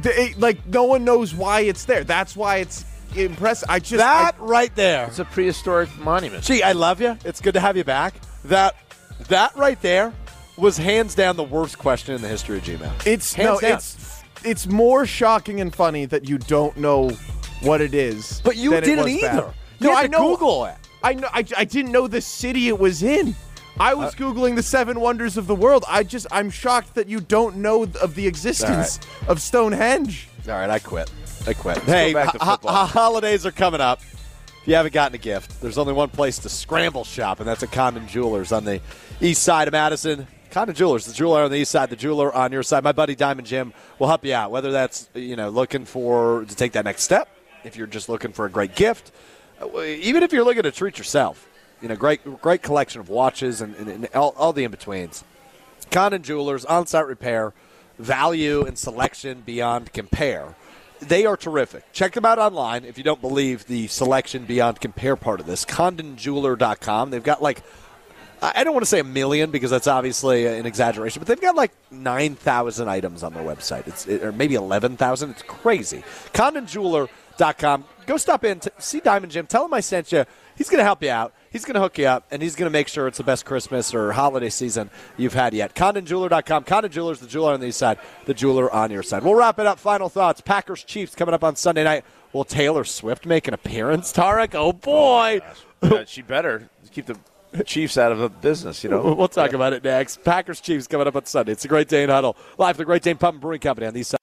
the- it- like no one knows why it's there. That's why it's impressive. I just that I- right there. It's a prehistoric monument. Gee, I love you. It's good to have you back. That that right there was hands down the worst question in the history of Gmail. It's hands no, down. it's it's more shocking and funny that you don't know what it is. But you than it didn't was either. bad. You no, had I to know. Google it. I know. I, I didn't know the city it was in. I was Uh, googling the seven wonders of the world. I just I'm shocked that you don't know th- of the existence of Stonehenge. All right, I quit. I quit. hey, back to ho- ho- football. holidays are coming up. If you haven't gotten a gift, there's only one place to scramble shop, and that's at Condon Jewelers on the east side of Madison. Condon Jewelers, the jeweler on the east side, the jeweler on your side. My buddy Diamond Jim will help you out, whether that's you know looking for to take that next step, if you're just looking for a great gift, uh, even if you're looking to treat yourself. You know, great great collection of watches and, and, and all, all the in betweens. Condon Jewelers, on site repair, value and selection beyond compare. They are terrific. Check them out online if you don't believe the selection beyond compare part of this. CondonJeweler.com. They've got like, I I don't want to say a million because that's obviously an exaggeration, but they've got like 9,000 items on their website. It's it- Or maybe 11,000. It's crazy. CondonJeweler.com. Go stop in, t- see Diamond Jim. Tell him I sent you. He's going to help you out. He's going to hook you up, and he's going to make sure it's the best Christmas or holiday season you've had yet. CondonJeweler.com. Condon Jewelers, the jeweler on the east side, the jeweler on your side. We'll wrap it up. Final thoughts. Packers Chiefs coming up on Sunday night. Will Taylor Swift make an appearance, Tarek? Oh, boy. Yeah, she better keep the Chiefs out of the business. You know, We'll talk about it next. Packers Chiefs coming up on Sunday. It's a Great Dane Huddle. Live from the Great Dane Pump and Brewing Company on the east side.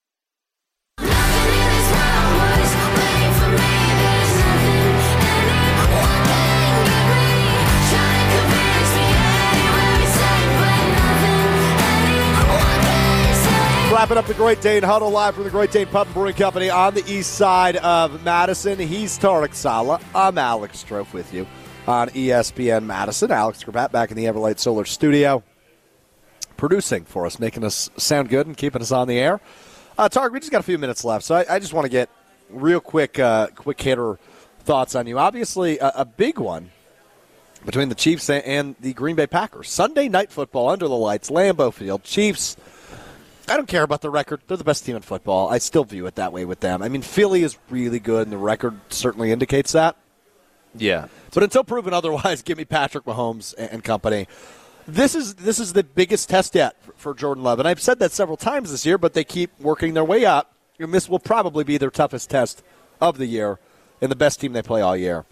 Wrapping up the Great Dane Huddle live from the Great Dane Pub and Brewing Company on the east side of Madison. He's Tarek Sala. I'm Alex Strofe with you on E ESPN Madison. Alex Gravatt back in the Everlight Solar Studio, producing for us, making us sound good and keeping us on the air. Uh, Tarek, we just got a few minutes left, so I, I just want to get real quick, uh, quick hitter thoughts on you. Obviously, a, a big one between the Chiefs and- and the Green Bay Packers. Sunday night football under the lights, Lambeau Field, Chiefs. I don't care about the record. They're the best team in football. I still view it that way with them. I mean, Philly is really good, and the record certainly indicates that. yeah. But until proven otherwise, give me Patrick Mahomes and, and company. This is this is the biggest test yet for, for Jordan Love, and I've said that several times this year. But they keep working their way up, and this will probably be their toughest test of the year, and the best team they play all year.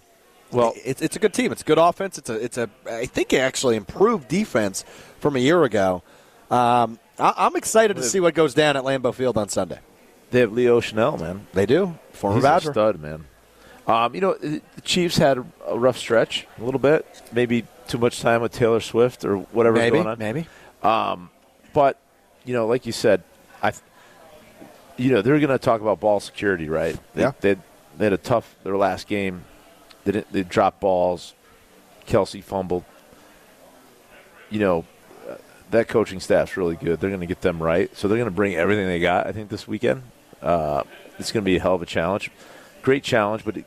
Well, it's, it's a good team. It's a good offense. It's a it's a I think actually improved defense from a year ago. Um, I, I'm excited to see what goes down at Lambeau Field on Sunday. they have Leo Chanel, man. They do former He's Badger. a stud, man. Um, you know, the Chiefs had a rough stretch a little bit, maybe too much time with Taylor Swift or whatever's Maybe going on. maybe But you know, like you said, I, th- you know, they're going to talk about ball security, right? They, Yeah. They, they had a tough their last game. They didn't, they dropped balls. Kelsey fumbled. You know, uh, that coaching staff's really good. They're going to get them right, so they're going to bring everything they got. I think this weekend, uh, it's going to be a hell of a challenge. Great challenge, but it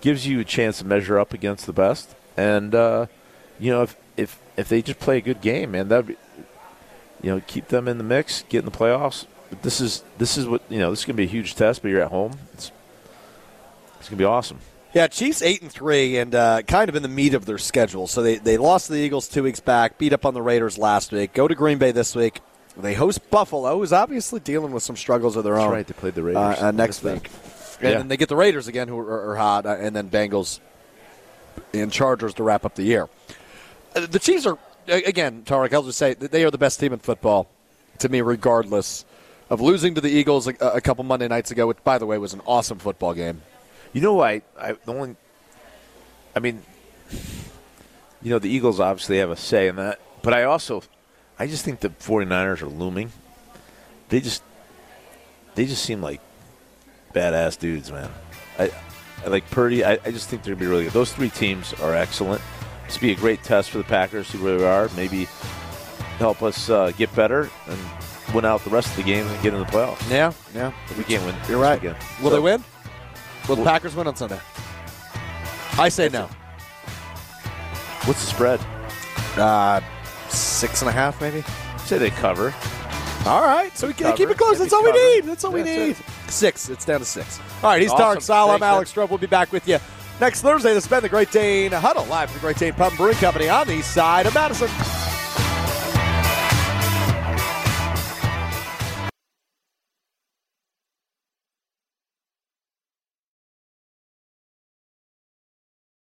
gives you a chance to measure up against the best. And uh, you know, if if if they just play a good game, man, that would you know, keep them in the mix, get in the playoffs. But this is this is what you know. This is going to be a huge test, but you're at home. It's it's going to be awesome. Yeah, Chiefs eight and three, and uh, kind of in the meat of their schedule. So they they lost to the Eagles two weeks back, beat up on the Raiders last week, go to Green Bay this week. They host Buffalo, who's obviously dealing with some struggles of their That's own. right, they played the Raiders. uh, uh, next Missed that. week, and Yeah. then they get the Raiders again, who are, are hot, uh, and then Bengals and Chargers to wrap up the year. Uh, the Chiefs are a- again, Tarek. I'll just say that they are the best team in football to me, regardless of losing to the Eagles a, a couple Monday nights ago, which by the way was an awesome football game. You know, I, I the only, I mean, you know, the Eagles obviously have a say in that, but I also, I just think the 49ers are looming. They just, they just seem like badass dudes, man. I, I like Purdy. I, I just think they're gonna be really good. Those three teams are excellent. This would be a great test for the Packers, see where they are. Maybe help us uh, get better and win out the rest of the games and get in the playoffs. Yeah, yeah. We can't win. You're right. Again. Will So- they win? Will the Packers win on Sunday? I say no. What's the spread? Uh, six and a half, maybe. I'd say they cover. All right, so we can keep Cover. it close. Get That's the all we cover. need. That's all we That's need. it. Six. It's down to six. All right, he's Awesome. Tarek Sala. I'm Thanks, Alex Strope. We'll be back with you next Thursday. This has been the Great Dane Huddle live from the Great Dane Pub and Brewing Company on the east side of Madison.